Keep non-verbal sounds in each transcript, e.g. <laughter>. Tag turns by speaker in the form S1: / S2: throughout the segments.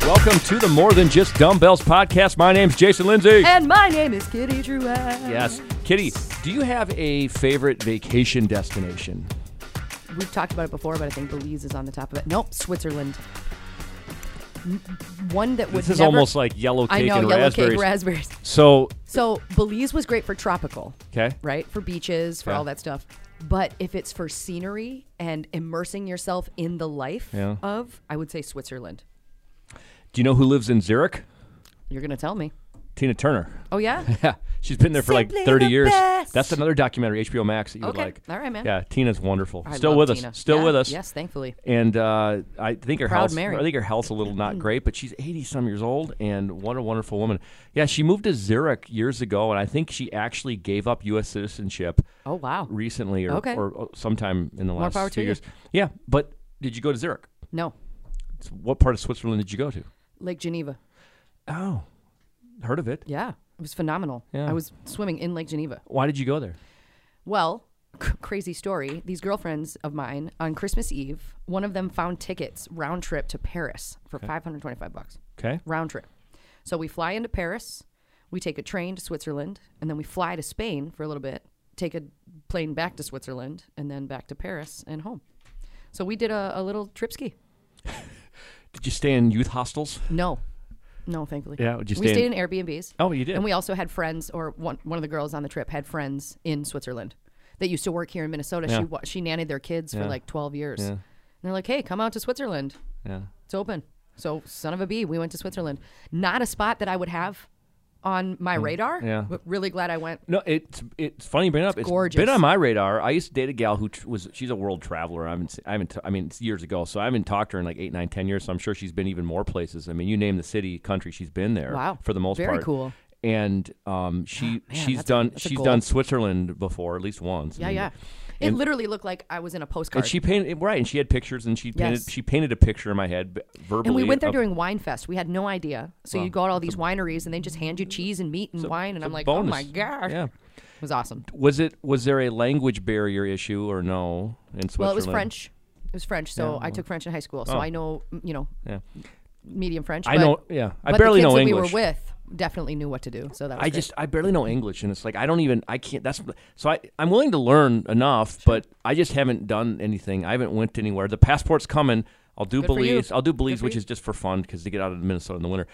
S1: Welcome to the More Than Just Dumbbells podcast. My name's Jason Lindsay.
S2: And my name is Kitty Drouin.
S1: Yes. Kitty, do you have a favorite vacation destination?
S2: We've talked about it before, but I think Belize is on the top of it. Nope, Switzerland. M- One that was
S1: This is
S2: never-
S1: almost like yellow cake
S2: I know
S1: and
S2: yellow
S1: raspberries.
S2: cake raspberries.
S1: so,
S2: So Belize was great for tropical,
S1: okay.
S2: right? For beaches, for
S1: Yeah.
S2: all that stuff. But if it's for scenery and immersing yourself in the life
S1: Yeah.
S2: of, I would say Switzerland.
S1: Do you know who lives in Zurich?
S2: You're gonna tell me.
S1: Tina Turner. <laughs>
S2: Oh yeah.
S1: Yeah, she's been there for like
S2: Simply
S1: 30
S2: the
S1: years.
S2: best.
S1: That's another documentary, HBO Max, that you would
S2: Okay.
S1: like.
S2: All right, man.
S1: Yeah, Tina's wonderful.
S2: I
S1: Still
S2: love
S1: with
S2: Tina.
S1: us. Still
S2: Yeah.
S1: with us.
S2: Yes, thankfully.
S1: And uh, I think her
S2: Proud
S1: health.
S2: Mary. Mm.
S1: I think her health's a little not great, but she's 80 some years old, and what a wonderful woman. Yeah, she moved to Zurich years ago, and I think she actually gave up U.S. citizenship
S2: Oh wow.
S1: recently, or,
S2: Okay.
S1: or uh, sometime in the last
S2: power
S1: few
S2: to you.
S1: years. Yeah, but did you go to Zurich?
S2: No,
S1: So What part of Switzerland did you go to?
S2: Lake Geneva.
S1: Oh, heard of it?
S2: Yeah, it was phenomenal.
S1: Yeah.
S2: I was swimming in Lake Geneva.
S1: Why did you go there?
S2: Well, <laughs> c- crazy story. These girlfriends of mine on Christmas Eve, one of them found tickets round trip to Paris for 525 bucks
S1: Okay.
S2: round trip. So we fly into Paris, we take a train to Switzerland, and then we fly to Spain for a little bit, take a plane back to Switzerland, and then back to Paris and home. So we did a, a little trip ski.
S1: Did you stay in youth hostels?
S2: No, no, thankfully.
S1: Yeah, would you
S2: we
S1: stay
S2: stayed
S1: in-
S2: in Airbnbs.
S1: Oh, you did.
S2: And we also had friends, or one, one of the girls on the trip had friends in Switzerland that used to work here in Minnesota.
S1: Yeah.
S2: She wa- she nannied their kids
S1: Yeah.
S2: for like 12 years.
S1: Yeah.
S2: And they're like, hey, come out to Switzerland.
S1: yeah.
S2: It's open. So, son of a bee, we went to Switzerland. Not a spot that I would have on my radar,
S1: Mm. Yeah.
S2: but really glad I went.
S1: No, it's it's funny you bring it up. It's
S2: gorgeous.
S1: been on my radar. I used to date a gal who tr- was she's a world traveler. I haven't se- I haven't t- I mean it's years ago, so I haven't talked to her in like eight, nine, ten years. So I'm sure she's been even more places. I mean, you name the city, country, she's been there.
S2: Wow.
S1: for the most
S2: Very
S1: part.
S2: cool. Oh,
S1: And um, she she's
S2: that's a-
S1: done
S2: that's a
S1: she's
S2: goal.
S1: done Switzerland before at least once. I
S2: Yeah,
S1: mean,
S2: yeah. It literally looked like I was in a postcard.
S1: Mm. And she painted right, and she had pictures, and she painted
S2: Yes.
S1: she painted a picture in my head b- verbally.
S2: And we went there
S1: of-
S2: during Wine Fest. We had no idea. So you go to all these wineries and they just hand you cheese and meat and wine. And
S1: it's a
S2: I'm like,
S1: bonus.
S2: oh my gosh.
S1: Yeah.
S2: It was awesome.
S1: Was it was there a language barrier issue or no in Switzerland?
S2: Well, it was French. It was French. So I took French in high school. So I know, m- you know,
S1: Oh. Yeah.
S2: medium French.
S1: I
S2: but-
S1: know. Yeah, I
S2: but
S1: barely
S2: the kids
S1: know
S2: that
S1: English.
S2: we were with definitely knew what to do. So that was
S1: I
S2: great.
S1: just I barely know English, and it's like I don't even I can't. That's so I I'm willing to learn enough, but I just haven't done anything. I haven't went anywhere. The passport's coming. I'll do
S2: Good for you.
S1: Belize. I'll do Belize,
S2: for
S1: which
S2: you.
S1: is just for fun because to get out of Minnesota in the winter.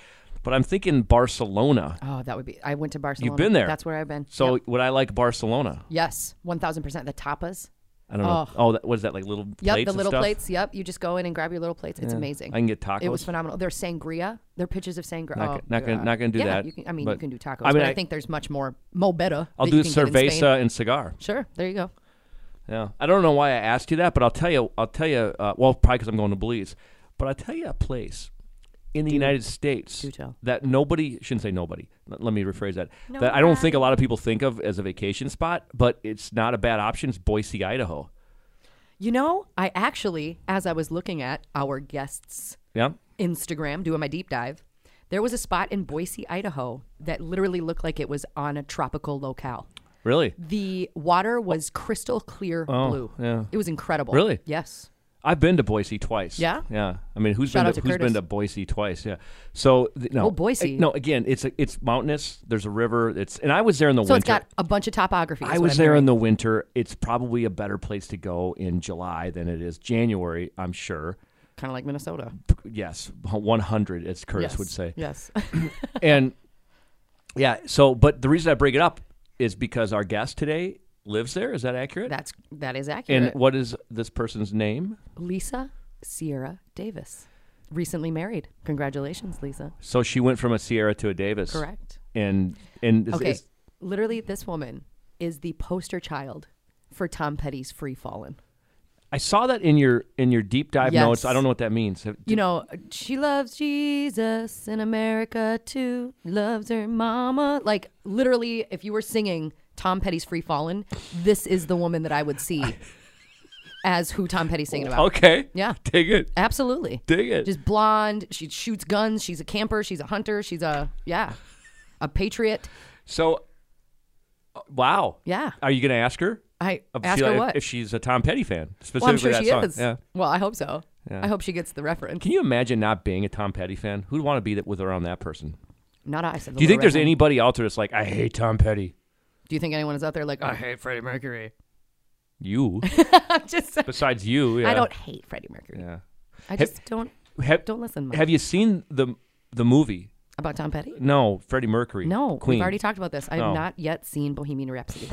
S1: But I'm thinking Barcelona.
S2: Oh, that would be. I went to Barcelona.
S1: been there.
S2: That's where I've been.
S1: So
S2: Yep.
S1: would I like Barcelona?
S2: yes, one thousand percent. The tapas.
S1: I don't know. Oh, that, what is that like little
S2: Yep,
S1: plates
S2: the
S1: and
S2: little
S1: stuff?
S2: plates. Yep, you just go in and grab your little plates. It's amazing.
S1: I can get
S2: It was
S1: tacos.
S2: phenomenal. There's sangria. There are pitches of sangria.
S1: Not
S2: oh,
S1: gonna- not gonna-
S2: God.
S1: not gonna do
S2: yeah,
S1: that,
S2: You can, I mean, you
S1: but-
S2: can do tacos.
S1: I mean,
S2: but I,
S1: I-
S2: think there's much more mo better.
S1: I'll
S2: that
S1: do
S2: you can get in Spain.
S1: cerveza and cigar.
S2: Sure. There you go.
S1: Yeah, I don't know why I asked you that, but I'll tell you. I'll tell you. Uh, well, probably because I'm going to Belize, but I'll tell you a place in the United States
S2: do tell.
S1: that nobody shouldn't say nobody. Let, let me rephrase that. That I don't think a lot of people think of as a vacation spot, but it's not a bad option. It's Boise, Idaho.
S2: You know, I actually, as I was looking at our guests'
S1: Yeah,
S2: Instagram, doing my deep dive, there was a spot in Boise, Idaho, that literally looked like it was on a tropical locale.
S1: really.
S2: The water was crystal clear blue.
S1: Oh, yeah.
S2: It was incredible.
S1: Really?
S2: Yes.
S1: I've been to Boise twice.
S2: Yeah?
S1: yeah. I mean, who's
S2: Shout
S1: been
S2: out
S1: to,
S2: to
S1: who's been
S2: Curtis.
S1: to Boise twice? Yeah. So th- no,
S2: Oh, Boise.
S1: Eh, no, again, it's a, it's mountainous. There's a river. It's and I was there in the
S2: So it's
S1: winter.
S2: got a bunch of topography. is
S1: I
S2: what
S1: was
S2: I'm
S1: there
S2: hearing.
S1: in the winter. It's probably a better place to go in July than it is January, I'm sure.
S2: kind of like Minnesota.
S1: Yes, 100, as Curtis would say.
S2: Yes. <laughs>
S1: And yeah, so, but the reason I bring it up is because our guest today lives there. Is that accurate?
S2: That's that is accurate.
S1: and what is this person's name?
S2: Lisa Sierra Davis, recently married. Congratulations, Lisa.
S1: So she went from a Sierra to a Davis.
S2: Correct.
S1: And, and is,
S2: Okay.
S1: is-
S2: Literally, this woman is the poster child for Tom Petty's Free Fallen.
S1: I saw that in your, in your deep dive
S2: Yes.
S1: notes. I don't know what that means. Have-
S2: You know, she loves Jesus and America too. Loves her mama. Like literally, if you were singing Tom Petty's Free Fallen, this is the woman that I would
S1: <laughs>
S2: see as who Tom Petty's singing about.
S1: Okay.
S2: Yeah.
S1: <laughs> Dig it.
S2: Absolutely.
S1: Dig it.
S2: Just blonde. She shoots guns. She's a camper. She's a hunter. She's a yeah, a patriot.
S1: So, uh, wow.
S2: Yeah.
S1: Are you going to ask her?
S2: I
S1: If
S2: ask
S1: she-
S2: her
S1: if-
S2: what.
S1: If she's a Tom Petty fan, specifically
S2: well, I'm sure
S1: that
S2: she
S1: song.
S2: is.
S1: Yeah.
S2: Well, I hope so. I hope she gets the reference.
S1: Can you imagine not being a Tom Petty fan? Who'd want to be that with around that person?
S2: Not I. Said the
S1: Do you think
S2: little
S1: there's
S2: redhead.
S1: anybody out there that's like, I hate Tom Petty?
S2: Do you think anyone is out there like I hate Freddie Mercury? <laughs>
S1: You,
S2: I'm just.
S1: besides you, yeah.
S2: I don't hate Freddie Mercury.
S1: Yeah.
S2: I just don't
S1: Have,
S2: don't listen much
S1: have you seen the the movie?
S2: about Tom Petty.
S1: No, Freddie Mercury.
S2: No,
S1: Queen.
S2: we've already talked about this. I have
S1: No.
S2: not yet seen Bohemian Rhapsody.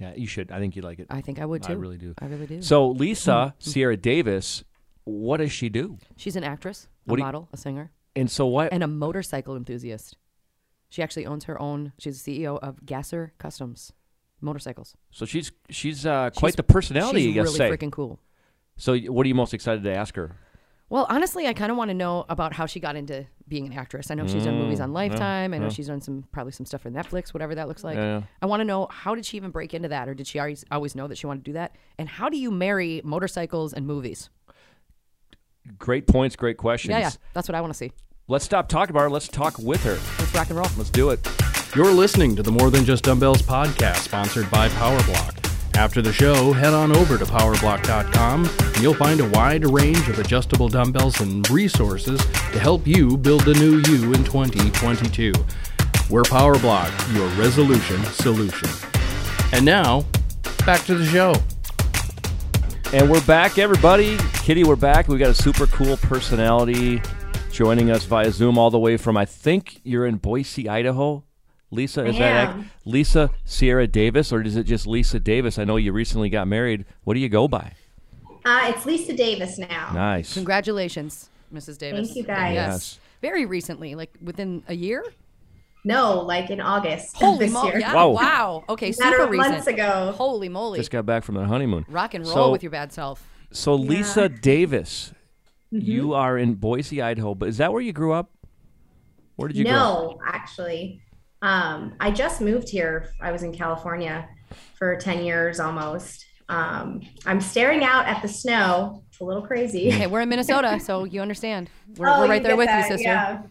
S1: yeah, you should. I think you'd like it.
S2: I think I would too.
S1: I really do.
S2: I really do. Mm-hmm.
S1: So Lisa Sierra Davis, what does she do?
S2: She's an actress,
S1: What
S2: a
S1: do you-
S2: model, a singer,
S1: And so what?
S2: and a motorcycle enthusiast. She actually owns her own. She's the CEO of Gasser Customs motorcycles.
S1: so she's she's uh, quite
S2: She's-
S1: the personality,
S2: She's
S1: you gotta
S2: really
S1: say.
S2: freaking cool.
S1: so what are you most excited to ask her?
S2: Well, honestly, I kind of want to know about how she got into being an actress. I know she's
S1: Mm,
S2: done movies on Lifetime. I know she's done some probably some stuff for Netflix, whatever that looks like.
S1: Yeah.
S2: I want to know how did she even break into that, or did she always always know that she wanted to do that? And how do you marry motorcycles and movies?
S1: Great points, great questions.
S2: Yeah, yeah, that's what I want to see.
S1: Let's stop talking about her. Let's talk with her.
S2: Let's rock and roll.
S1: Let's do it.
S3: You're listening to the More Than Just Dumbbells podcast, sponsored by PowerBlock. After the show, head on over to powerblock.com and you'll find a wide range of adjustable dumbbells and resources to help you build the new you in 2022. We're PowerBlock, your resolution solution. And now, back to the show.
S1: And we're back, everybody. Kitty, we're back. We got a super cool personality joining us via Zoom, all the way from I think you're in Boise, Idaho. Lisa, is that ac-
S4: am.
S1: Lisa Sierra Davis, or is it just Lisa Davis? I know you recently got married. What do you go by?
S4: Uh, it's Lisa Davis now.
S1: Nice.
S2: Congratulations, Mrs. Davis.
S4: Thank you guys.
S1: Yes.
S2: Very recently, like within a year.
S4: No, like in August of
S2: Holy
S4: this
S2: mo-
S4: year.
S2: yeah,
S1: Wow.
S2: Wow. Okay,
S4: Matter
S2: super
S4: of
S2: recent.
S4: months ago.
S2: Holy moly.
S1: Just got back from their honeymoon.
S2: rock and roll
S1: So-
S2: with your bad self.
S1: So, Lisa Davis, you are in Boise, Idaho, but is that where you grew up? Where did you grow up?
S4: no, actually. Um, I just moved here. I was in California for 10 years almost. Um, I'm staring out at the snow. It's a little crazy. <laughs>
S2: Okay, we're in Minnesota, so you understand. We're,
S4: Oh,
S2: we're right
S4: you
S2: there
S4: get
S2: with
S4: that,
S2: you, sister.
S4: Yeah.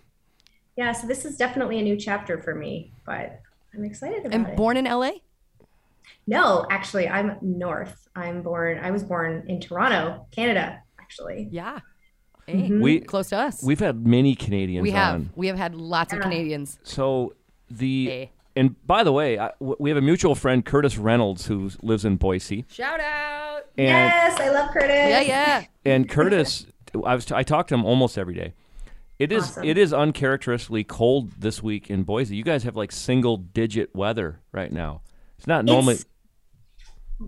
S4: yeah, so this is definitely a new chapter for me, but I'm excited about
S2: And
S4: it.
S2: born in LA?
S4: no, actually, I'm north. I'm born, I was born in Toronto, Canada, actually.
S2: Yeah. Hey,
S1: We,
S2: close to us.
S1: we've had many Canadians
S2: Mm-hmm. We have.
S1: on.
S2: We have had lots of Canadians.
S1: So the
S2: Hey.
S1: and by the way, I, w- we have a mutual friend Curtis Reynolds who lives in Boise,
S2: Shout out.
S1: and
S4: Yes, I love Curtis.
S2: Yeah, yeah.
S1: and Curtis, I was t- I talk to him almost every day. It is
S4: Awesome.
S1: it is uncharacteristically cold this week in Boise. You guys have like single digit weather right now. It's not normally.
S4: It's-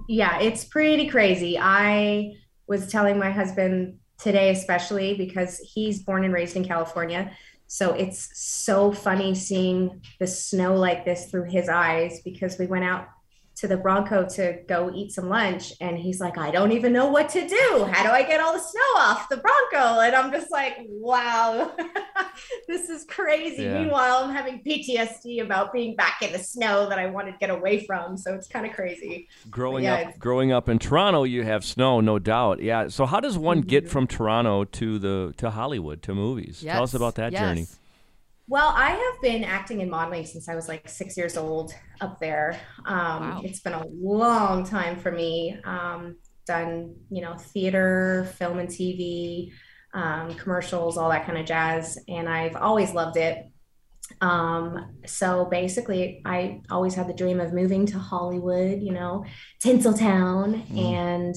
S4: yeah, it's pretty crazy. I was telling my husband today, especially because he's born and raised in California. So it's so funny seeing the snow like this through his eyes because we went out to the Bronco to go eat some lunch and he's like, I don't even know what to do. How do I get all the snow off the Bronco? And I'm just like, wow, <laughs> this is crazy.
S1: Yeah.
S4: Meanwhile, I'm having PTSD about being back in the snow that I wanted to get away from. So it's kind of crazy.
S1: growing
S4: yeah,
S1: up
S4: it's-
S1: growing up in Toronto, you have snow, no doubt. Yeah. So how does one get
S2: Mm-hmm.
S1: from Toronto to the to Hollywood to movies? Tell us
S2: Yes,
S1: about that
S2: yes.
S1: journey.
S4: Well, I have been acting and modeling since I was like six years old up there. Um,
S2: Wow.
S4: It's been a long time for me. Um, done, you know, theater, film and TV, um, commercials, all that kind of jazz. And I've always loved it. Um, so basically, I always had the dream of moving to Hollywood, you know, Tinseltown. And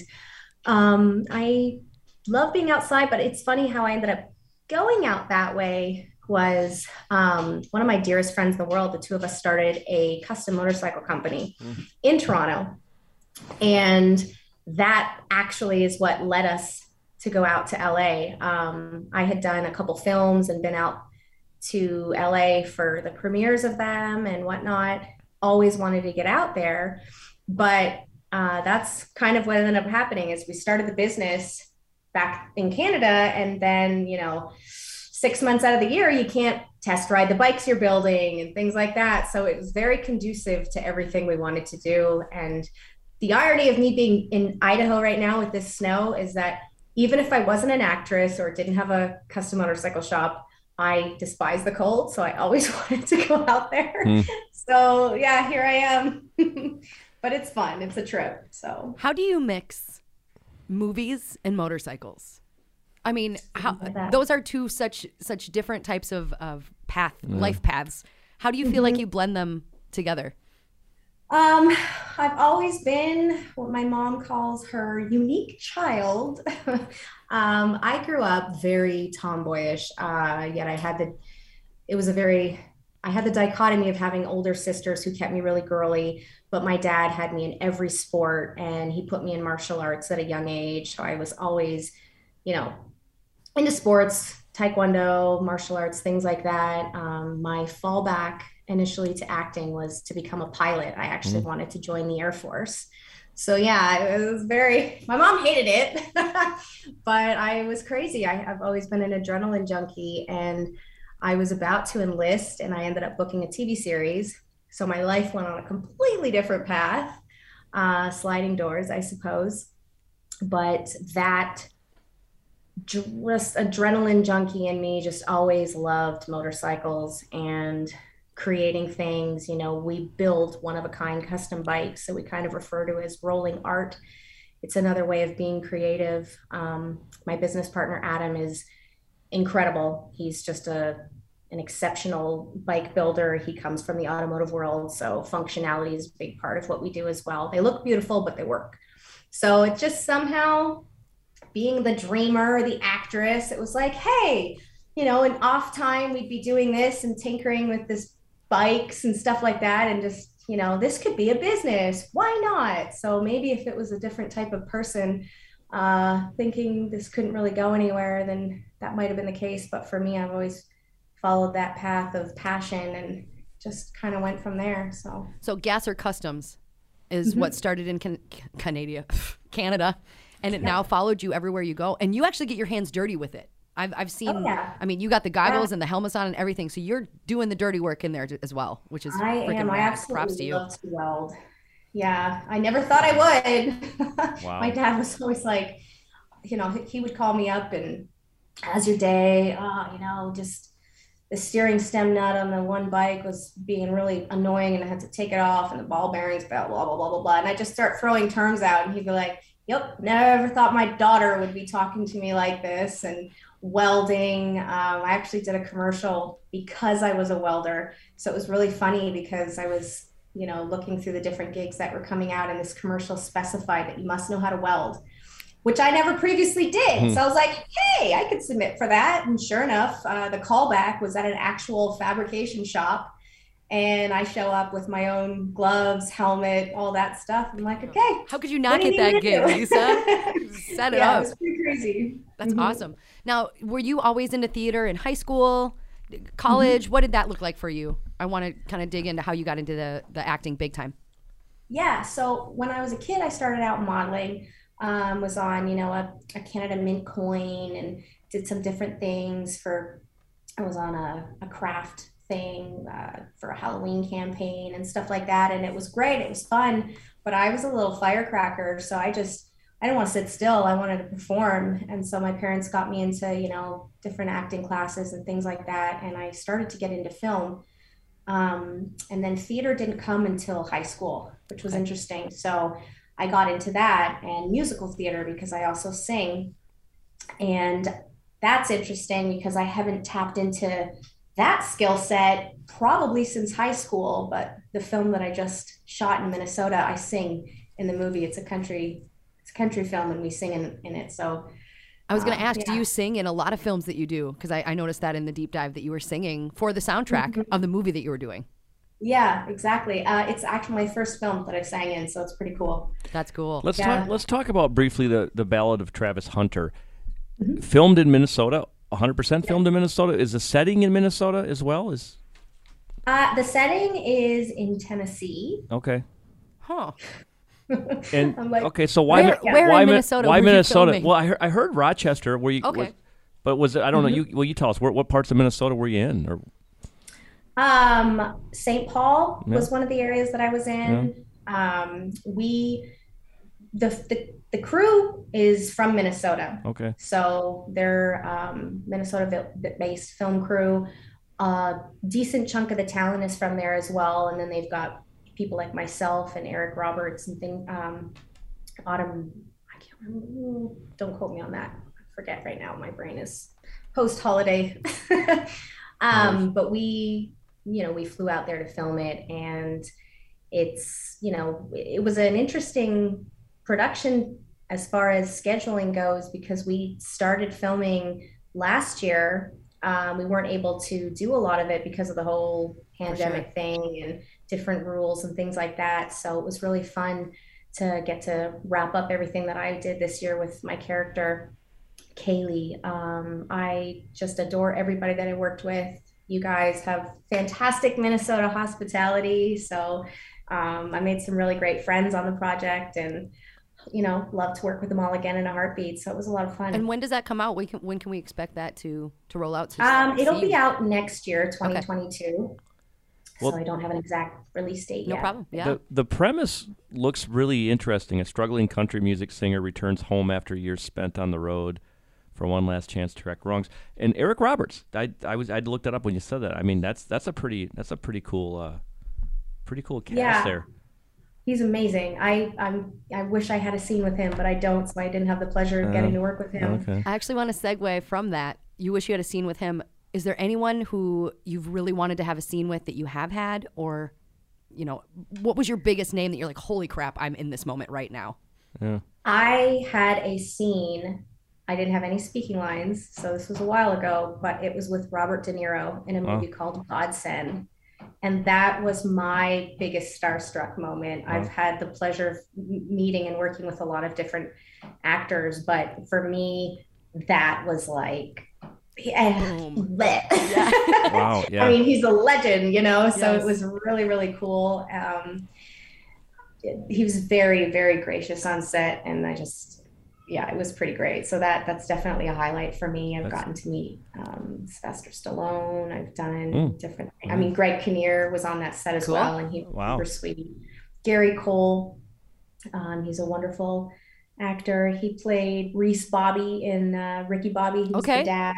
S4: um, I love being outside, but it's funny how I ended up going out that way was um, one of my dearest friends in the world. The two of us started a custom motorcycle company in Toronto. And that actually is what led us to go out to LA. Um, I had done a couple films and been out to LA for the premieres of them and whatnot. Always wanted to get out there. But uh, that's kind of what ended up happening is we started the business back in Canada and then, you know, six months out of the year, you can't test ride the bikes you're building and things like that. So it was very conducive to everything we wanted to do. And the irony of me being in Idaho right now with this snow is that even if I wasn't an actress or didn't have a custom motorcycle shop, I despise the cold. So I always <laughs> wanted to go out there.
S1: Hmm.
S4: So yeah, here I am. <laughs> but it's fun. It's a trip. So
S2: How do you mix movies and motorcycles? I mean, how,
S4: like that.
S2: those are two such such different types of of path life paths. How do you feel like you blend them together?
S4: Um, I've always been what my mom calls her unique child. <laughs> um, I grew up very tomboyish, uh, yet I had the, it was a very, I had the dichotomy of having older sisters who kept me really girly, but my dad had me in every sport and he put me in martial arts at a young age. So I was always, you know, into sports, taekwondo, martial arts, things like that. Um, my fallback initially to acting was to become a pilot. I actually wanted to join the Air Force. So yeah, it was very. My mom hated it, <laughs> but I was crazy. I, I've always been an adrenaline junkie, and I was about to enlist, and I ended up booking a TV series. So my life went on a completely different path, uh, sliding doors, I suppose. But that just adrenaline junkie in me just always loved motorcycles and creating things you know we build one of a kind custom bikes that we kind of refer to as rolling art it's another way of being creative um, my business partner adam is incredible he's just a an exceptional bike builder he comes from the automotive world so functionality is a big part of what we do as well they look beautiful but they work so it just somehow being the dreamer, the actress, it was like, hey, you know, in off time, we'd be doing this and tinkering with this bikes and stuff like that. And just, you know, this could be a business. Why not? So maybe if it was a different type of person uh, thinking this couldn't really go anywhere, then that might have been the case. But for me, I've always followed that path of passion and just kind of went from there. So.
S2: So Gasser Customs is
S4: Mm-hmm.
S2: what started in can- Canada, <laughs> Canada, and it now followed you everywhere you go. And you actually get your hands dirty with it. I've I've seen.
S4: Oh, yeah.
S2: I mean, you got the goggles and the helmets on and everything, so you're doing the dirty work in there t- as well, which is
S4: I
S2: freaking
S4: am. I
S2: rad. props to
S4: absolutely
S2: you.
S4: love to weld. Yeah, I never thought I would. <laughs> My dad was always like, you know, he would call me up and, "How's your day? Oh, you know, just the steering stem nut on the one bike was being really annoying, and I had to take it off, and the ball bearings, blah blah blah blah blah blah." And I just start throwing terms out, and he'd be like, "Yep, never thought my daughter would be talking to me like this." And welding. Um, I actually did a commercial because I was a welder. So it was really funny because I was, you know, looking through the different gigs that were coming out, and this commercial specified that you must know how to weld, which I never previously did. So I was like, hey, I could submit for that. And sure enough, uh, the callback was at an actual fabrication shop. And I show up with my own gloves, helmet, all that stuff. I'm like, okay.
S2: Oh. How could you not
S4: do
S2: get
S4: you
S2: that
S4: need to
S2: gig,
S4: do? <laughs>
S2: Lisa? You Set it
S4: yeah, it
S2: up.
S4: was pretty crazy.
S2: That's awesome. Now, were you always into theater in high school,
S4: Mm-hmm.
S2: college? What did that look like for you? I want to kind of dig into how you got into the, the acting big time.
S4: Yeah. So when I was a kid, I started out modeling, um, was on, you know, a, a Canada Mint coin and did some different things for, I was on a, a craft thing uh, for a Halloween campaign and stuff like that. And it was great. It was fun. But I was a little firecracker. So I just, I didn't want to sit still. I wanted to perform. And so my parents got me into, you know, different acting classes and things like that. And I started to get into film um, and then theater didn't come until high school, which was interesting. So I got into that and musical theater because I also sing, and that's interesting because I haven't tapped into that skill set probably since high school. But the film that I just shot in Minnesota, I sing in the movie. It's a country, it's a country film, and we sing in, in it. So
S2: I was going to
S4: Wow.
S2: ask, do you sing in a lot of films that you do? Because I, I noticed that in the deep dive that you were singing for the soundtrack
S4: Mm-hmm.
S2: of the movie that you were doing.
S4: yeah, exactly. Uh, it's actually my first film that I sang in, so it's pretty cool.
S2: That's cool.
S1: Let's
S4: Yeah.
S1: talk. Let's talk about briefly the the Ballad of Travis Hunter,
S2: Mm-hmm.
S1: filmed in Minnesota. 100% filmed in Minnesota. Is the setting in Minnesota as well? Is
S4: Uh, the setting is in Tennessee.
S1: okay.
S2: Huh.
S1: And
S4: I'm like,
S1: okay, so why
S2: Where-
S1: Mi-
S2: where
S1: why
S2: in
S1: Mi-
S2: Minnesota
S1: Why
S2: were you
S1: Minnesota?
S2: filming?
S1: well, I heard, I heard Rochester. Where you?
S2: Okay. Mm-hmm.
S1: was- but was it? I don't know. You well, you tell us. Where, what parts of Minnesota were you in? Or
S4: Um, St. Paul was one of the areas that I was in. Um, we, the, the the crew is from Minnesota,
S1: okay.
S4: so they're um, Minnesota-based film crew. A decent chunk of the talent is from there as well, and then they've got people like myself and Eric Roberts and thing. Um, Autumn, I can't remember. Don't quote me on that. forget right now. My brain is post holiday. <laughs> um, But we, you know, we flew out there to film it, and it's, you know, it was an interesting production as far as scheduling goes because we started filming last year. Um, we weren't able to do a lot of it because of the whole pandemic thing and different rules and things like that. So it was really fun to get to wrap up everything that I did this year with my character, Kaylee. Um, I just adore everybody that I worked with. You guys have fantastic Minnesota hospitality. So um, I made some really great friends on the project and, you know, love to work with them all again in a heartbeat. So it was a lot of fun.
S2: And when does that come out? We can, when can we expect that to to roll out? To
S4: Um, it'll
S2: see?
S4: be out next year, 2022.
S1: Well-
S4: so I don't have an exact release date
S2: No
S4: yet.
S2: problem. Yeah.
S1: The, the premise looks really interesting. A struggling country music singer returns home after years spent on the road for one last chance to correct wrongs. And Eric Roberts, I, I was I looked that up when you said that. I mean, that's that's a pretty that's a pretty cool uh, pretty cool cast
S4: Yeah.
S1: there.
S4: He's amazing. I I'm, I wish I had a scene with him, but I don't, so I didn't have the pleasure of getting to work with him.
S1: Oh, Okay.
S2: I actually want to segue from that. You wish you had a scene with him. Is there anyone who you've really wanted to have a scene with that you have had, or you know, what was your biggest name that you're like, holy crap, I'm in this moment right
S4: <sighs>
S2: now?
S4: I had a scene. I didn't have any speaking lines, so this was a while ago, but it was with Robert De Niro in a movie called Godsend. And that was my biggest starstruck moment. I've had the pleasure of m- meeting and working with a lot of different actors, but for me, that was like,
S2: <laughs>
S4: yeah,
S2: Boom.
S4: lit. <laughs>
S1: Wow. Yeah.
S4: I mean, he's a legend, you know. So
S2: Yes.
S4: it was really, really cool. Um, he was very, very gracious on set, and I just, yeah, it was pretty great. So that that's definitely a highlight for me. I've
S1: That's-
S4: gotten to meet um, Sylvester Stallone. I've done
S1: Mm.
S4: different. I mean, Greg Kinnear was on that set as
S2: Cool.
S4: well, and he was
S1: Wow.
S4: super sweet. Gary Cole, um, he's a wonderful actor. He played Reese Bobby in uh, Ricky Bobby. He's
S2: Okay.
S4: the dad.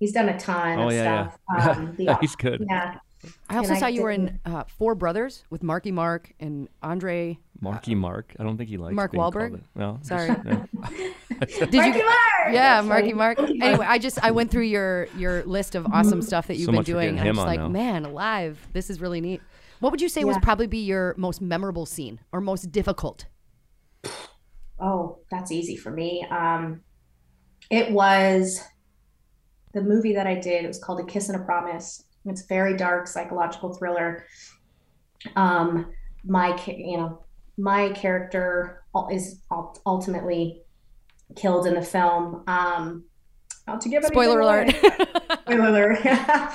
S4: He's done a ton
S1: Oh,
S4: of
S1: yeah,
S4: stuff.
S1: <laughs>
S4: Um, the
S1: he's good.
S4: yeah.
S2: I also
S4: And I
S2: saw you were in
S4: didn't-
S2: uh, Four Brothers with Marky Mark and Andre.
S1: Marky Mark. I don't think he likes
S2: Mark
S1: being called
S2: Wahlberg?
S1: it. No.
S2: Sorry.
S4: <laughs>
S1: Yeah.
S2: Did
S4: Marky
S2: you?
S4: Mark!
S2: Yeah,
S4: Actually.
S2: Marky Mark. Anyway, I just I went through your your list of awesome stuff that you've
S1: So
S2: been
S1: much for
S2: doing.
S1: getting
S2: And I'm
S1: him
S2: just
S1: on
S2: like,
S1: now.
S2: man, alive. This is really neat. What would you say was
S4: Yeah.
S2: probably be your most memorable scene or most difficult?
S4: Oh, that's easy for me. Um, it was the movie that I did. It was called A Kiss and a Promise. It's a very dark psychological thriller. Um, my, ca- you know, my character ul- is ul- ultimately killed in the film. Um, not to give anything
S2: Spoiler alert. <laughs>
S4: away. spoiler. <laughs>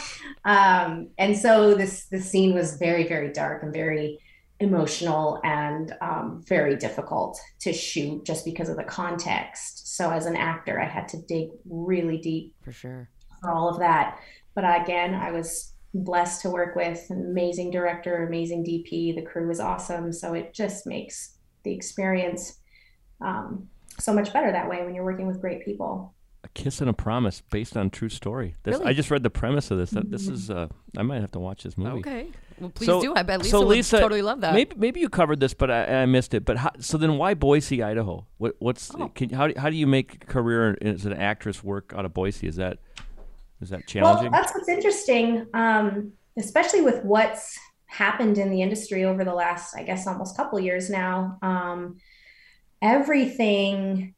S4: um, and so this this scene was very very dark and very emotional and um, very difficult to shoot just because of the context. So as an actor, I had to dig really deep
S2: For sure.
S4: for all of that. But again, I was blessed to work with an amazing director, amazing DP. The crew was awesome, so it just makes the experience. Um, so much better that way when you're working with great people.
S1: a kiss and a promise based on true story. This,
S2: Really? Mm-hmm.
S1: I just read the premise of this. That, this is. Uh, I might have to watch this movie.
S2: Okay. Well, please
S1: So-
S2: do. I bet Lisa,
S1: so Lisa
S2: would totally love that.
S1: Maybe maybe you covered this, but I, I missed it. But how, so then, why Boise, Idaho? What, what's
S2: Oh.
S1: can, how do- how do you make a career as an actress work out of Boise? Is that is that
S4: Well,
S1: challenging?
S4: that's what's interesting, um, especially with what's happened in the industry over the last, I guess, almost couple years now. Um, everything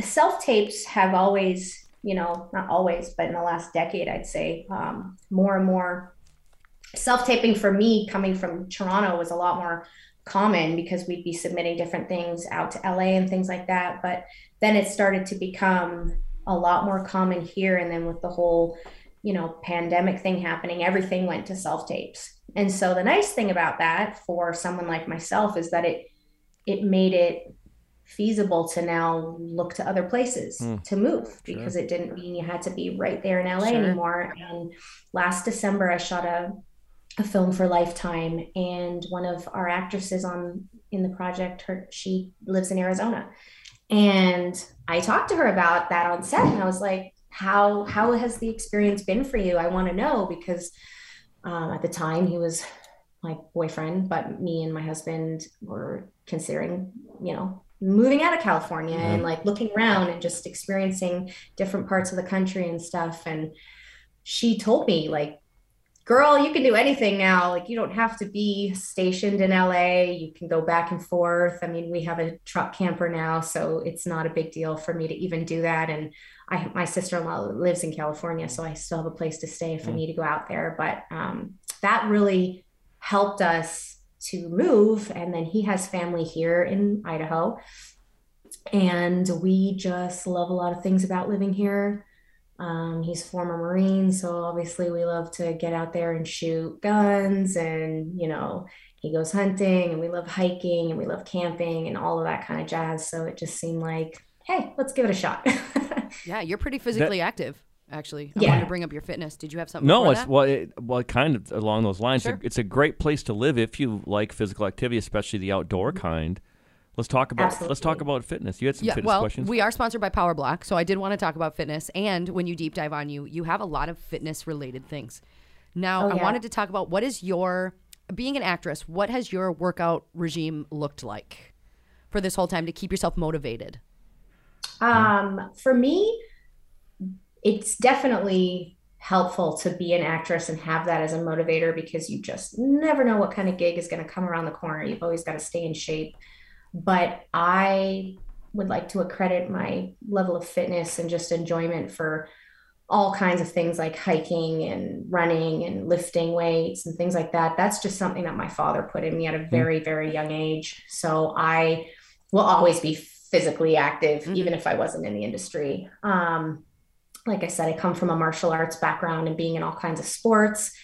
S4: self tapes have always, you know, not always, but in the last decade, I'd say um, more and more self taping for me coming from Toronto was a lot more common because we'd be submitting different things out to LA and things like that. But then it started to become a lot more common here. And then with the whole, you know, pandemic thing happening, everything went to self tapes. And so the nice thing about that for someone like myself is that it it made it feasible to now look to other places
S1: Hmm.
S4: to move because it didn't mean you had to be right there in LA
S2: Sure.
S4: anymore. And last December I shot a a film for Lifetime, and one of our actresses on in the project, her she lives in Arizona, and I talked to her about that on set, and I was like, "How how has the experience been for you? I want to know because um, at the time he was my boyfriend, but me and my husband were considering, you know, moving out of California and like looking around and just experiencing different parts of the country and stuff. And she told me, like, girl, you can do anything now. Like, you don't have to be stationed in LA. You can go back and forth. I mean, we have a truck camper now, so it's not a big deal for me to even do that. And I, my sister in law lives in California, so I still have a place to stay if I need to go out there. But um, that really helped us to move. And then he has family here in Idaho. And we just love a lot of things about living here. Um, he's former Marine, so obviously we love to get out there and shoot guns, and you know he goes hunting, and we love hiking, and we love camping, and all of that kind of jazz. So it just seemed like, hey, let's give it a shot. <laughs>
S2: Yeah, you're pretty physically active, actually. I
S4: Yeah.
S2: wanted to bring up your fitness. Did you have something?
S1: No,
S2: before
S1: it's
S2: that?
S1: well, it, well, kind of along those lines.
S2: Sure.
S1: It's a great place to live if you like physical activity, especially the outdoor kind. Let's talk about let's talk
S4: Absolutely.
S1: about fitness. You had some
S2: Mm-hmm. Yeah,
S1: fitness
S2: well,
S1: questions.
S2: we are sponsored by Power Block, so I did want to talk about fitness. And when you deep dive on you, you have a lot of fitness related things. Now,
S4: Oh,
S2: I
S4: yeah.
S2: wanted to talk about what is your being an actress. What has your workout regime looked like for this whole time to keep yourself motivated?
S4: Um, for me, it's definitely helpful to be an actress and have that as a motivator because you just never know what kind of gig is going to come around the corner. You've always got to stay in shape. But I would like to accredit my level of fitness and just enjoyment for all kinds of things like hiking and running and lifting weights and things like that. That's just something that my father put in me at a very, very young age. So I will always be physically active,
S2: Mhm.
S4: even if I wasn't in the industry. Um, like I said, I come from a martial arts background and being in all kinds of sports.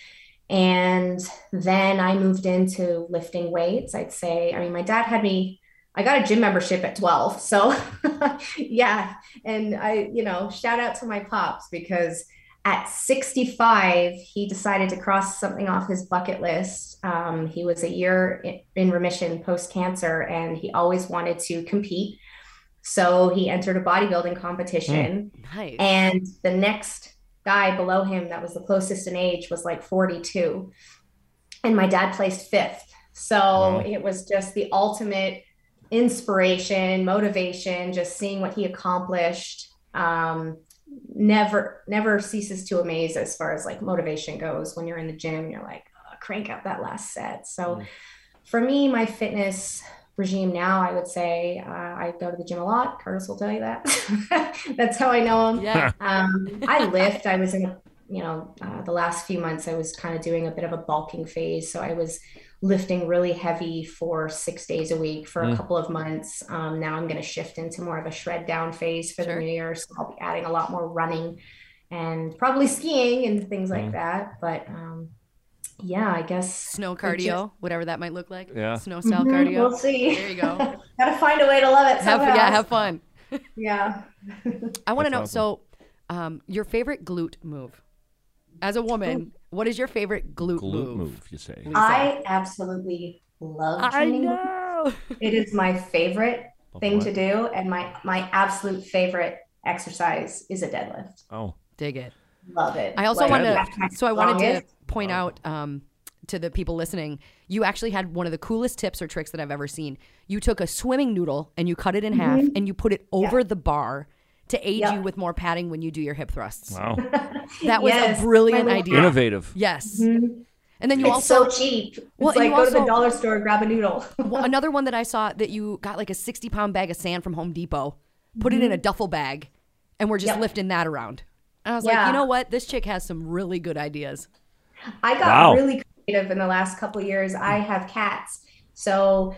S4: And then I moved into lifting weights. I'd say, I mean, my dad had me, I got a gym membership at 12. So, <laughs> yeah. And I, you know, shout out to my pops because at 65, he decided to cross something off his bucket list. Um, he was a year in- in remission post cancer and he always wanted to compete. So he entered a bodybuilding competition.
S2: Nice.
S4: And the next guy below him that was the closest in age was like 42. And my dad placed fifth. So it was just the ultimate inspiration, motivation, just seeing what he accomplished. Um, never, never ceases to amaze as far as like motivation goes. When you're in the gym, you're like, "Oh, crank out that last set. So for me, my fitness regime now, I would say uh, I go to the gym a lot. Curtis will tell you that. <laughs> That's how I know
S1: <laughs>
S4: him.
S2: yeah. <laughs>
S4: Um, I lift. I was in, a, you know, uh, the last few months I was kind of doing a bit of a bulking phase. So I was lifting really heavy for six days a week for
S1: Mm.
S4: a couple of months. Um, now I'm going to shift into more of a shred down phase for
S2: Sure.
S4: the new year. So I'll be adding a lot more running and probably skiing and things like
S1: Mm.
S4: that. But um, yeah, I guess.
S2: Snow cardio, whatever that might look like.
S1: Yeah.
S2: Snow style
S4: Mhm,
S2: cardio.
S4: We'll see. <laughs>
S2: There you go.
S4: Gotta find a way to love it.
S2: have
S4: somehow.
S2: yeah, have fun.
S4: yeah.
S2: I want to know.
S1: That's
S2: So, um, your favorite glute move, as a woman, what is your favorite glute,
S1: Glute move, you say.
S2: Lisa.
S4: I absolutely love
S2: I
S4: training.
S2: know.
S4: It is my favorite
S1: Love
S4: thing
S1: what?
S4: to do, and my my absolute favorite exercise is a deadlift.
S2: <laughs>
S1: Oh,
S2: Dig it.
S4: Love it.
S2: I also
S4: Like,
S2: want
S4: that's my
S2: to. So I wanted to
S4: strongest.
S2: point out um, to the people listening, you actually had one of the coolest tips or tricks that I've ever seen. You took a swimming noodle and you cut it in half and you put it over the bar to aid
S4: Mm-hmm. Yeah.
S2: you with more padding when you do your hip thrusts.
S1: wow,
S2: That was
S4: Yes.
S2: a brilliant
S4: I love
S2: idea.
S1: innovative.
S2: Yes.
S4: Mhm.
S2: And then you
S4: It's
S2: also
S4: so cheap.
S2: Well,
S4: it's
S2: and
S4: like
S2: you
S4: go to the
S2: also-
S4: dollar store, grab a noodle.
S2: Well, another one that I saw that you got like a 60 pound bag of sand from Home Depot, put it in a duffel bag, and we're just
S4: Mm-hmm. Yep.
S2: lifting that around. And I was like,
S4: Yeah.
S2: you know what? This chick has some really good ideas.
S4: I got
S1: Wow.
S4: really creative in the last couple years. I have cats. So,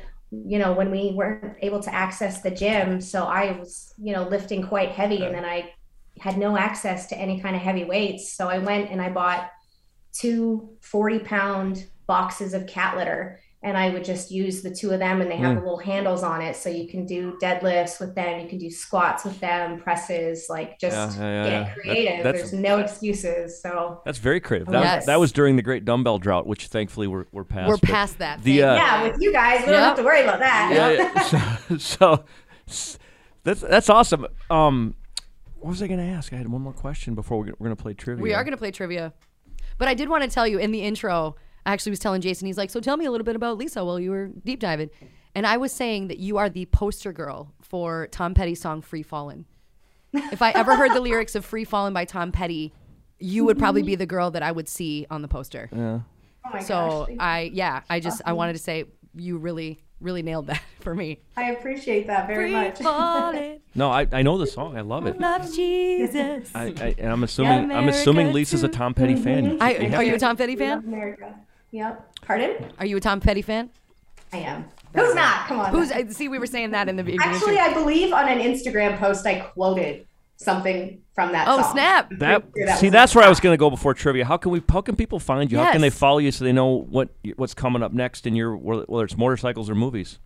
S4: you know, when we weren't able to access the gym, so I was, you know, lifting quite heavy and then I had no access to any kind of heavy weights. So I went and I bought two 40 pound boxes of cat litter and I would just use the two of them and they
S1: Mm.
S4: have the little handles on it. So you can do deadlifts with them, you can do squats with them, presses, like just
S1: Yeah, yeah, yeah,
S4: get
S1: yeah. That-
S4: creative.
S1: that's-
S4: There's no excuses. So
S1: That's very creative. That,
S2: Yes.
S1: that was during the great dumbbell drought, which thankfully we're, we're past.
S2: we're
S1: but-
S2: past that.
S1: the,
S2: thing.
S1: uh,
S4: yeah, with you guys, we don't
S2: Yeah.
S4: have to worry about that.
S1: yeah, yeah. Uh, <laughs> So,
S2: <laughs>
S1: so s- that's that's awesome. Um, what was I going to ask? I had one more question before we're, gonna- we're going to play trivia.
S2: we are going to play trivia. But I did want to tell you in the intro, I actually was telling Jason, he's like, so tell me a little bit about Lisa while you were deep diving. And I was saying that you are the poster girl for Tom Petty's song Free Fallen. If I ever <laughs> heard the lyrics of Free Fallen by Tom Petty, you would probably be the girl that I would see on the poster.
S4: Oh my
S2: so
S4: gosh.
S2: I, yeah, I just, I wanted to say you really, really nailed that <laughs> for me.
S4: I appreciate that very
S2: Free
S4: much. <laughs>
S2: Fallen,
S1: No, I, I know the song. I love it.
S2: love Jesus.
S1: I, I, and I'm assuming I'm
S2: America
S1: assuming Lisa's a
S2: too.
S1: Tom Petty fan.
S2: I,
S1: You have
S2: are
S1: to-
S2: you a Tom Petty
S4: We love
S2: fan?
S4: America. Yep. Pardon?
S2: Are you a Tom Petty fan?
S4: I am. Who's not? Come on.
S2: Who's, I see, we were saying that in the beginning.
S4: Actually,
S2: too.
S4: I believe on an Instagram post I quoted something from that
S2: oh,
S4: song.
S2: snap.
S1: That,
S4: Pretty sure that
S1: see,
S4: was-
S1: that's where I was going to go before trivia. How can we? How can people find you? How can they
S2: Yes.
S1: follow you so they know what what's coming up next in your whether it's motorcycles or movies?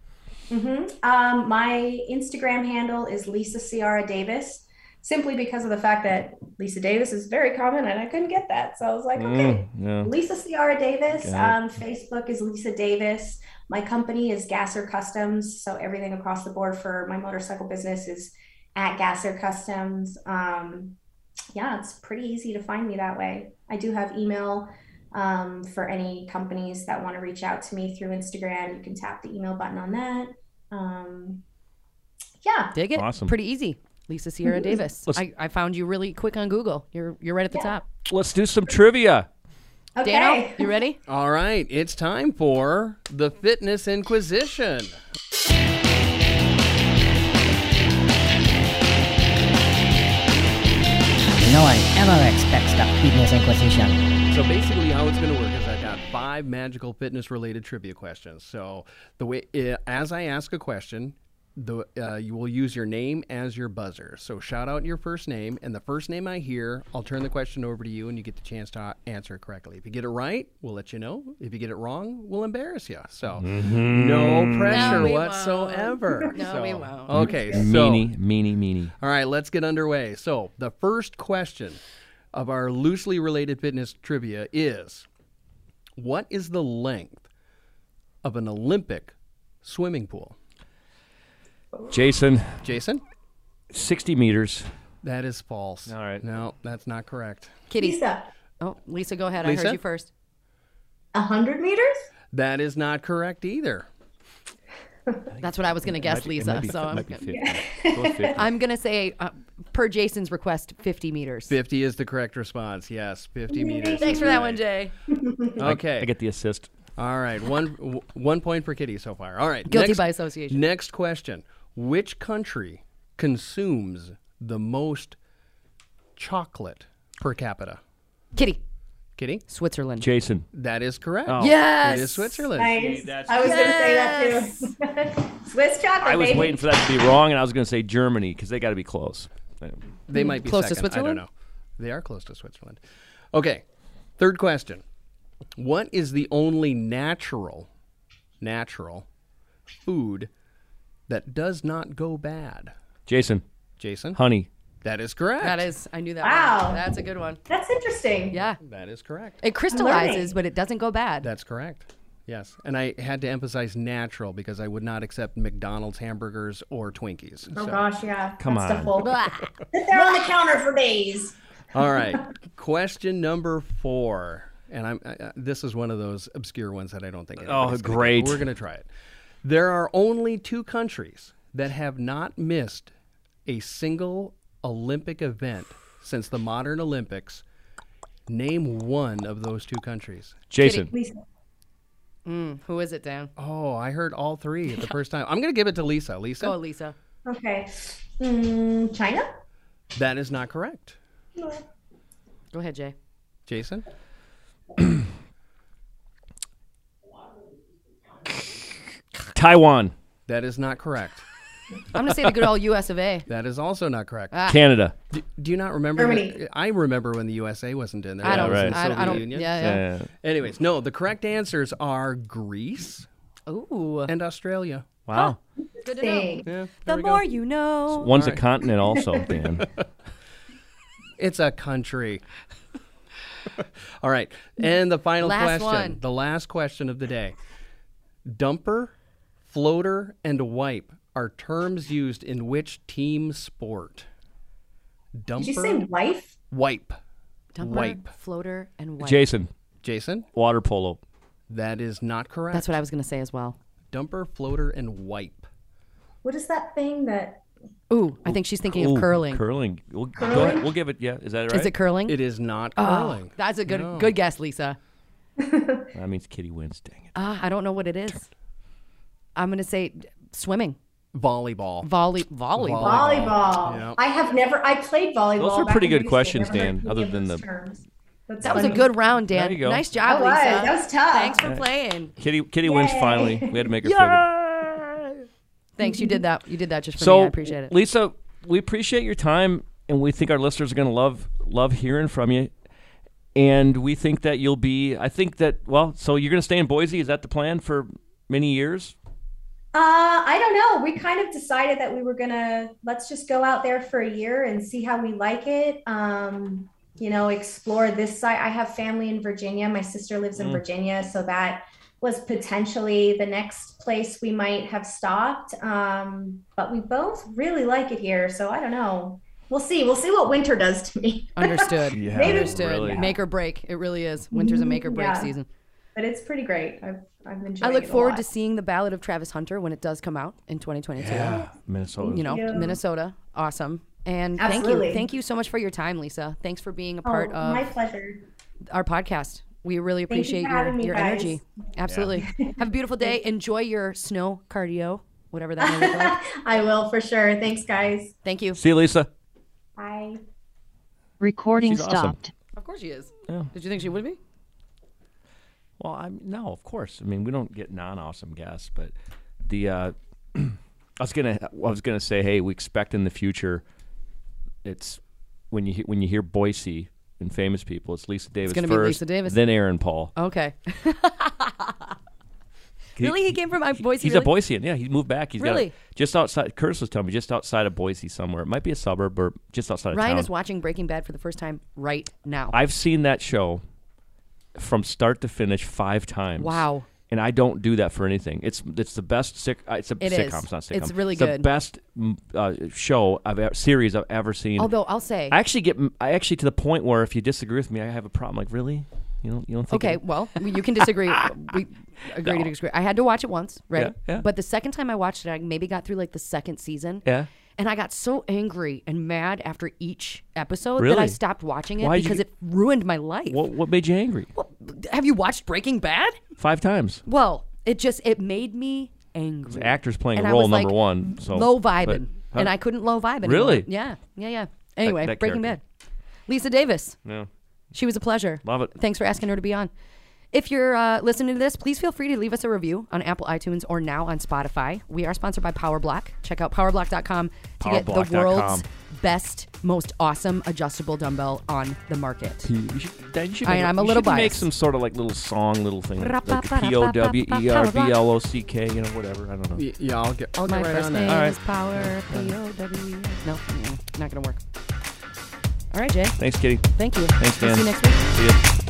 S4: Um, my Instagram handle is Lisa Ciara Davis, simply because of the fact that Lisa Davis is very common and I couldn't get that. So I was like,
S2: Mm.
S4: okay.
S1: Yeah.
S4: Lisa Ciara Davis.
S1: Got
S4: Um, Facebook is Lisa Davis. My company is Gasser Customs. So everything across the board for my motorcycle business is at Gasser Customs. Um, yeah, it's pretty easy to find me that way. I do have email um, for any companies that want to reach out to me through Instagram. You can tap the email button on that. Um, yeah,
S2: Dig it.
S1: Awesome.
S2: Pretty easy. Lisa Sierra Davis.
S1: Let's-
S2: I, I found you really quick on Google. You're you're right at the top.
S1: Let's do some trivia.
S4: okay.
S2: Dano, you <laughs> ready?
S3: All right, it's time for the Fitness Inquisition.
S5: No one ever expects the Fitness Inquisition.
S3: So basically, how it's going to work is I got five magical fitness-related trivia questions. So the way eh, as I ask a question, the uh, you will use your name as your buzzer. So shout out your first name, and the first name I hear, I'll turn the question over to you, and you get the chance to a- answer it correctly. If you get it right, we'll let you know. If you get it wrong, we'll embarrass you. So
S1: Mm-hmm.
S3: no pressure
S2: we won't.
S3: whatsoever.
S2: No,
S3: So-
S2: we won't.
S3: Okay, so
S1: Meanie, meanie, meanie.
S3: all right, let's get underway. So, the first question of our loosely related fitness trivia is What is the length of an Olympic swimming pool?
S1: Jason,
S3: Jason,
S1: 60 meters.
S3: that is false.
S1: All right.
S3: No, that's not correct.
S2: Kitty.
S4: <laughs> Lisa,
S2: Oh, Lisa, go ahead. I
S3: Lisa?
S2: heard you first.
S4: 100 meters?
S3: That is not correct either.
S2: That's what I was gonna guess, Lisa. so I'm,
S1: might be
S2: gonna,
S1: 50. Go with 50.
S2: I'm gonna say, uh, per Jason's request, 50 meters.
S3: 50 is the correct response. Yes, 50 meters.
S2: Thanks for that one, Jay.
S3: Okay.
S1: I get the assist.
S3: All right, one w- one point for Kitty so far. All right,
S2: Guilty
S3: next-
S2: by association.
S3: Next question: Which country consumes the most chocolate per capita?
S2: Kitty,
S3: Kitty,
S2: Switzerland.
S1: Jason.
S3: that is correct.
S2: yes.
S3: It is Switzerland.
S4: Nice.
S1: that's-
S4: I was going to say that too. <laughs> Swiss chocolate.
S1: I was
S4: baby.
S1: waiting for that to be wrong, and I was going to say Germany because they got to be close.
S3: They might be
S2: Close to
S3: second. I
S2: Switzerland?
S3: don't know. They are close to Switzerland. Okay, third question: What is the only natural, natural food that does not go bad?
S1: Jason,
S3: Jason,
S1: honey.
S3: that is correct.
S2: That is. I knew that.
S4: Wow.
S2: One. That's a good one.
S4: That's interesting.
S2: Yeah.
S3: That is correct.
S2: It crystallizes, but it doesn't go bad.
S3: That's correct. Yes. And I had to emphasize natural because I would not accept McDonald's hamburgers or Twinkies.
S4: Oh
S3: So-
S4: gosh, yeah.
S1: Come
S4: That stuff
S1: on.
S4: will- Sit there on the counter for days.
S3: All right. Question number four. And I'm, I, I- this is one of those obscure ones that I don't think. anybody's gonna get,
S1: great.
S3: but We're going to try it. There are only two countries that have not missed a single Olympic event since the modern Olympics. Name one of those two countries.
S1: Jason.
S4: Lisa.
S2: Mm, Who is it, Dan?
S3: Oh, I heard all three at the first time. I'm going to give it to Lisa. Lisa,
S2: Go, Oh, Lisa.
S4: Okay. Mm, China?
S3: that is not correct.
S2: Go ahead, Jay.
S3: Jason?
S1: Taiwan.
S3: That is not correct.
S2: I'm gonna say the good old U.S. of A.
S3: That is also not correct.
S2: Ah.
S1: Canada.
S3: do, do you not remember? when-
S4: Germany.
S3: I remember when the USA wasn't in there.
S2: I don't.
S3: It was in the
S2: I,
S3: Soviet
S2: I don't.
S3: Union.
S2: Yeah, yeah.
S3: Anyways, no, the correct answers are Greece
S2: Ooh.
S3: and Australia.
S1: Wow.
S2: Good to know.
S4: Dang.
S3: Yeah, there
S2: The
S3: we go.
S2: more you know.
S1: One's a continent, also, <laughs> Dan.
S3: It's a country. <laughs> All right. And the final
S2: Last
S3: question.
S2: one.
S3: The last question of the day. Dumper, floater, and wipe are terms used in which team sport? Dumper,
S4: Did you say wife?
S3: wipe.
S2: Dumper,
S3: wipe.
S2: floater, and wipe.
S1: Jason,
S3: Jason,
S1: water polo.
S3: that is not correct.
S2: That's what I was gonna say as well.
S3: Dumper, floater, and wipe.
S4: What is that thing that
S2: Ooh, I think she's thinking
S1: Ooh,
S2: of curling.
S1: Curling. We'll, go ahead.
S4: Curling?
S1: We'll give it. Yeah, is that right?
S2: Is it curling?
S3: It is not
S2: Oh,
S3: curling.
S2: that's a good
S3: No.
S2: good guess, Lisa.
S1: that means Kitty wins. Dang it.
S2: Ah, I don't know what it is. I'm gonna say d- swimming,
S3: volleyball.
S2: volley, volley.
S3: Volley.
S4: volleyball?
S3: Yeah.
S4: I have never. I played volleyball.
S1: Those were
S4: back
S1: pretty
S4: in
S1: good
S4: high school.
S1: questions,
S4: Never heard
S1: Dan,
S4: any
S1: other
S4: of
S1: than
S4: those
S1: the-
S4: terms. That's
S2: That was a
S4: funny.
S2: good round, Dan.
S1: There you go.
S2: Nice
S4: That
S2: job,
S4: was.
S2: Lisa.
S4: That was tough.
S2: Thanks for playing.
S1: Kitty Kitty wins
S4: Yay.
S1: finally. We had to <laughs> make her feel good.
S2: Thanks, you did that. You did that just for
S1: So
S2: me. I appreciate it.
S1: Lisa, we appreciate your time, and we think our listeners are going to love love hearing from you. And we think that you'll be. I think that well. So you're going to stay in Boise. Is that the plan for many years?
S4: Uh, I don't know. We kind of decided that we were gonna let's just go out there for a year and see how we like it. Um, you know, explore this side. I have family in Virginia. My sister lives
S2: Mm.
S4: in Virginia, so that was potentially the next place we might have stopped. Um, but we both really like it here, so I don't know. We'll see. We'll see what winter does to me. <laughs>
S2: Understood.
S1: Yeah,
S4: Maybe-
S2: Understood.
S1: really.
S2: Make or break. It really is. Winter's a make or break
S4: Yeah.
S2: season.
S4: But it's pretty great. I've I've enjoyed.
S2: I look
S4: it a
S2: forward
S4: lot.
S2: to seeing the Ballad of Travis Hunter when it does come out in 2022.
S1: Minnesota.
S2: You know,
S4: Yeah.
S2: Minnesota. Awesome. And thank
S4: Absolutely.
S2: you. Thank you so much for your time, Lisa. Thanks for being a
S4: Oh,
S2: part of
S4: my pleasure.
S2: our podcast. We really
S4: you
S2: appreciate
S4: for
S2: your,
S4: having me,
S2: your
S4: guys.
S2: energy.
S4: <laughs>
S2: Absolutely. Have a beautiful day. Enjoy your snow cardio, whatever that may look like.
S4: <laughs> I will for sure. Thanks, guys.
S2: Thank you.
S1: See you, Lisa.
S4: Bye.
S6: Recording
S1: She's awesome.
S6: stopped.
S2: Of course she is. Did you think she would be?
S1: Well, I am no, of course. I mean, we don't get non-awesome guests, but the uh, <clears throat> I was gonna I was gonna say, hey, we expect in the future. It's when you he- when you hear Boise and famous people, it's Lisa Davis
S2: gonna be
S1: first,
S2: Lisa Davis.
S1: then Aaron Paul.
S2: Okay. really? He came from my voice.
S1: He's a Boisean, yeah. He moved back. He's
S2: Really?
S1: got a, just outside. Curtis was telling me just outside of Boise somewhere. It might be a suburb or just outside of
S2: Ryan
S1: town.
S2: is watching Breaking Bad for the first time right now.
S1: I've seen that show from start to finish five times.
S2: Wow.
S1: And I don't do that for anything. It's it's the best sick. uh, It's a
S2: It
S1: sitcom.
S2: is.
S1: It's not sitcom.
S2: It's really
S1: The
S2: good.
S1: best mm, uh, show I've ever, series I've ever seen.
S2: Although I'll say,
S1: I actually get m- I actually to the point where if you disagree with me, I have a problem. Like really, you don't you don't think
S2: okay,
S1: it-
S2: well, you
S1: <laughs>
S2: can disagree. we agree to disagree. I had to watch it once, right?
S1: Yeah, yeah.
S2: But the second time I watched it, I maybe got through like the second season.
S1: Yeah.
S2: And I got so angry and mad after each episode that I
S1: Really?
S2: stopped watching it
S1: Why'd you
S2: because
S1: get-
S2: it ruined my life.
S1: What what made you angry?
S2: Have you watched Breaking Bad?
S1: Five times.
S2: Well, it just it made me angry.
S1: Actors playing
S2: And
S1: a
S2: I
S1: role
S2: was,
S1: number
S2: like,
S1: one. So
S2: low
S1: but-
S2: vibing,
S1: huh?
S2: and I couldn't low vibe anymore.
S1: Really?
S2: Yeah, yeah, yeah. Anyway,
S1: that
S2: Breaking
S1: character.
S2: Bad. Lisa Davis.
S1: Yeah.
S2: She was a pleasure.
S1: Love it.
S2: Thanks for asking her to be on. If you're uh, listening to this, please feel free to leave us a review on Apple iTunes or now on Spotify. We are sponsored by PowerBlock. Check out powerblock.com to get the
S1: Powerblock.com.
S2: world's best, most awesome adjustable dumbbell on the market.
S1: You should, Dan, you should
S2: I
S1: make
S2: mean,
S1: a-
S2: I'm a
S1: you
S2: little
S1: should make
S2: biased.
S1: some sort of like little song, little thing, like
S2: Ra-pa-pa-ra-pa-pa,
S1: P O W E R B L O C K, you know, whatever. I don't know.
S3: Y- yeah, I'll get, I'll
S2: My
S3: get right
S2: first
S3: on
S2: name
S3: that.
S1: right.
S2: is Power. P-O-W. No, mm, not going to work. All right, Jay.
S1: Thanks, Kitty.
S2: Thank you.
S1: Thanks, Dan.
S2: See you next week.
S1: See ya.